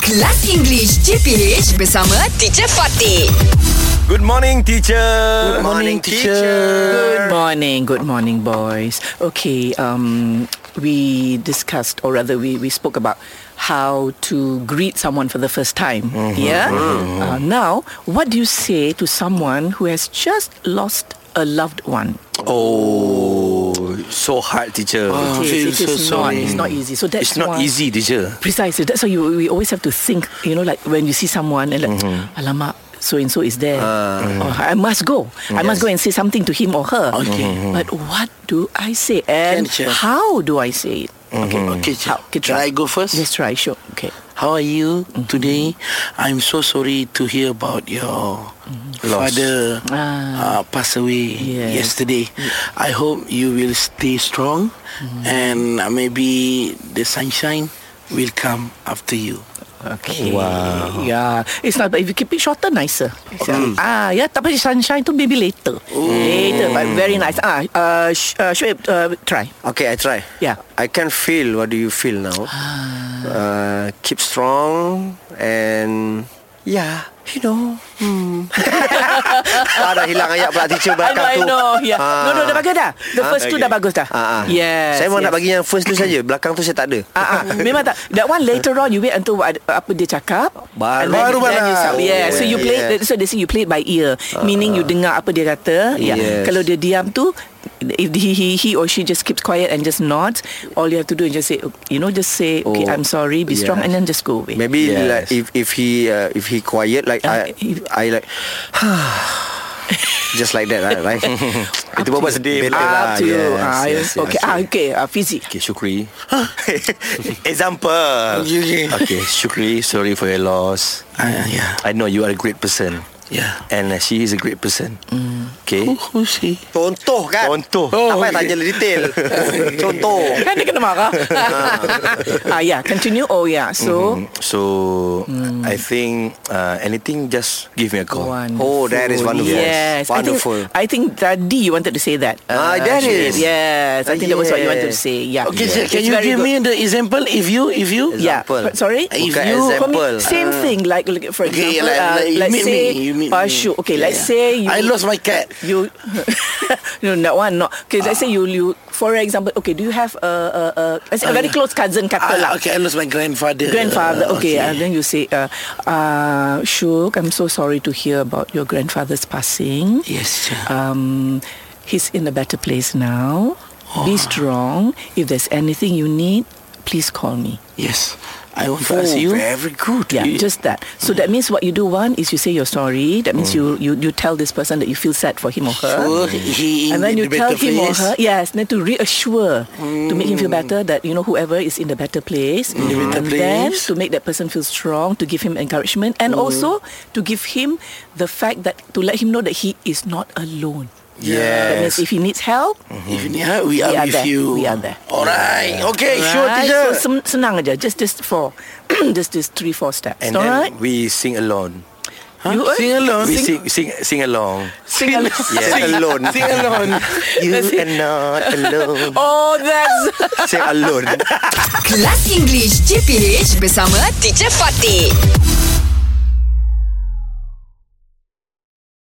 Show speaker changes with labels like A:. A: Kelas English CPH bersama Teacher Fatih.
B: Good morning, teacher.
C: Good morning, teacher. Good morning, good morning, boys. Okay, um, we discussed, or rather, we, we spoke about how to greet someone for the first time.
B: Mm-hmm.
C: Yeah? Uh, now, what do you say to someone who has just lost a loved one?
B: Oh, so hard, teacher.
D: Ah.
C: It
E: I
C: is-
E: feel
C: it is
E: so
C: not,
E: sorry.
C: it's not easy. So that's
B: it's not
C: why-
B: easy, teacher.
C: Precisely. That's why you, we always have to think, you know, like when you see someone and like, alamak, so-and-so is there. Oh, I must go. I must go and say something to him or her. Mm-hmm.
E: Okay.
C: But what do I say? And
E: Can, Chef.
C: how do I say it?
E: Okay,
C: Mm-hmm. Hmm.
E: okay, Chef.
C: How- okay,
E: Can
C: try.
E: I go first?
C: Let's try, sure. Okay.
E: How are you
C: Mm-hmm.
E: today? I'm so sorry to hear about your
B: Loss.
E: father
C: Ah.
E: uh, passed away
C: Yes.
E: yesterday. I hope you will stay strong
C: Mm-hmm.
E: and uh, maybe the sunshine will come after you.
C: Okay. Wow. Yeah. It's not, but if you keep it shorter, nicer. Ah, yeah. Tapi sunshine tu maybe later. Later, but very nice. Ah, uh, sh- uh, Shoaib, uh, try.
D: Okay, I try.
C: Yeah.
D: I
C: Ah.
D: can feel. What do you feel now? Uh, keep strong and yeah, you know. Hmm. ah, dah hilang ayat pula teacher
C: I know,
D: belakang
C: I
D: tu.
C: know. Yeah. no, no, dah bagus dah. The first two dah bagus dah.
D: Ah, ah.
C: Yes.
D: Saya mau
C: yes.
D: nak bagi yang first tu saja. Belakang tu saya tak ada.
C: Ah, ah. Memang tak That one later on You wait until what- Apa dia cakap
D: Baru-
C: And then-
D: Baru
C: then
D: balas.
C: you sub- Yeah So you play
D: Yeah.
C: So they say you play it by ear Meaning you dengar Apa dia kata yeah.
D: Yes.
C: Kalau dia diam tu If he, he, he or she just keeps quiet And just nods All you have to do Is just say You know just say Okay
D: Oh,
C: I'm sorry Be strong
D: yes.
C: And then just go away
D: Maybe
B: Yes.
D: like if if he uh, if he quiet like
C: Eh, Ah,
D: I
C: if-
D: I like just like that right? right? Itu
C: Up
D: bapak
C: to
D: sedih betul lah.
C: Up to you
D: Yes,
C: Ah,
D: yes, yes,
C: Okay ah, Okay ah, Fizi
B: Okay, Shukri. Example.
E: Okay, okay.
B: Okay, Shukri, sorry for your loss.
E: Uh, yeah,
B: I know you are a great person.
E: yeah.
B: And uh, she is a great person. Okay.
C: Mm.
E: Who, who say?
D: Contoh kan?
B: Contoh.
D: tak payah tanya detail. Contoh.
C: Kan dia kena marah ah, Yeah Continue Oh yeah So
B: So,
C: Mm.
B: I think uh, anything, just give me a call.
E: Mm-hmm.
D: Oh, that is wonderful.
C: Yes,
D: Wonderful.
C: I think, I think Tadi you wanted to say that.
D: Ah, that is.
C: Shireen. Yes, I think that was what you wanted to
D: Yeah.
C: say. Yeah.
E: Okay,
C: yeah.
E: Chef, can
C: It's
E: you
C: very
E: give
C: good.
E: me the example? If you, if you,
C: Yeah,
D: Example.
C: but sorry.
D: If
C: For me,
D: you- example.
C: same thing. Like, like, for example,
E: Uh. Okay, like,
C: uh,
E: like, you
C: let's
E: meet
C: say
E: me. You meet me.
C: Pashu. Okay, let's
E: Yeah.
C: say you.
E: I lost my cat.
C: You, no, that one not. Okay, let's
E: Ah.
C: say you, you. For example, okay, do you have a, a, a let's say a very close cousin kata
E: Ah,
C: lah.
E: okay, I lost my grandfather.
C: Grandfather,
E: Uh,
C: Ah, okay, and then you say, uh, uh, Shuk, I'm so sorry to hear about your grandfather's passing.
E: Yes, Chef.
C: um, he's in a better place now. Be strong. If there's anything you need, please call me. Oh,
E: Yes. I want to ask you.
D: very good.
C: Yeah, just that. Mm. So that means what you do one is you say you're sorry. That means you, you you tell this person that you feel sad for him or her.
E: Sure, he in
C: And then you
E: the
C: tell
E: better
C: him or
E: place. Mm.
C: her, yes, then to reassure, to make him feel better that, you know, whoever is in the better place.
E: Mm-hmm. better
C: and then
E: place. Mm.
C: to make that person feel strong, to give him encouragement, and also to give him the fact that, to let him know that he is not alone. That
B: Yes.
C: means if he needs help,
E: If you need help, we are,
C: We are
E: with
C: there.
E: you.
C: We are there.
E: Alright. Okay, sure,
C: Alright,
E: teacher.
C: So sen- senang aja. Just just four. just this three four steps.
B: And then
C: Alright.
B: we sing along.
C: Huh? You
E: Sing along.
B: We sing, sing, sing along.
C: Sing along.
B: Yes. alone. Sing alone. you are not alone.
C: Oh, that's
B: Sing alone.
A: Kelas English CPH bersama Teacher Fatih.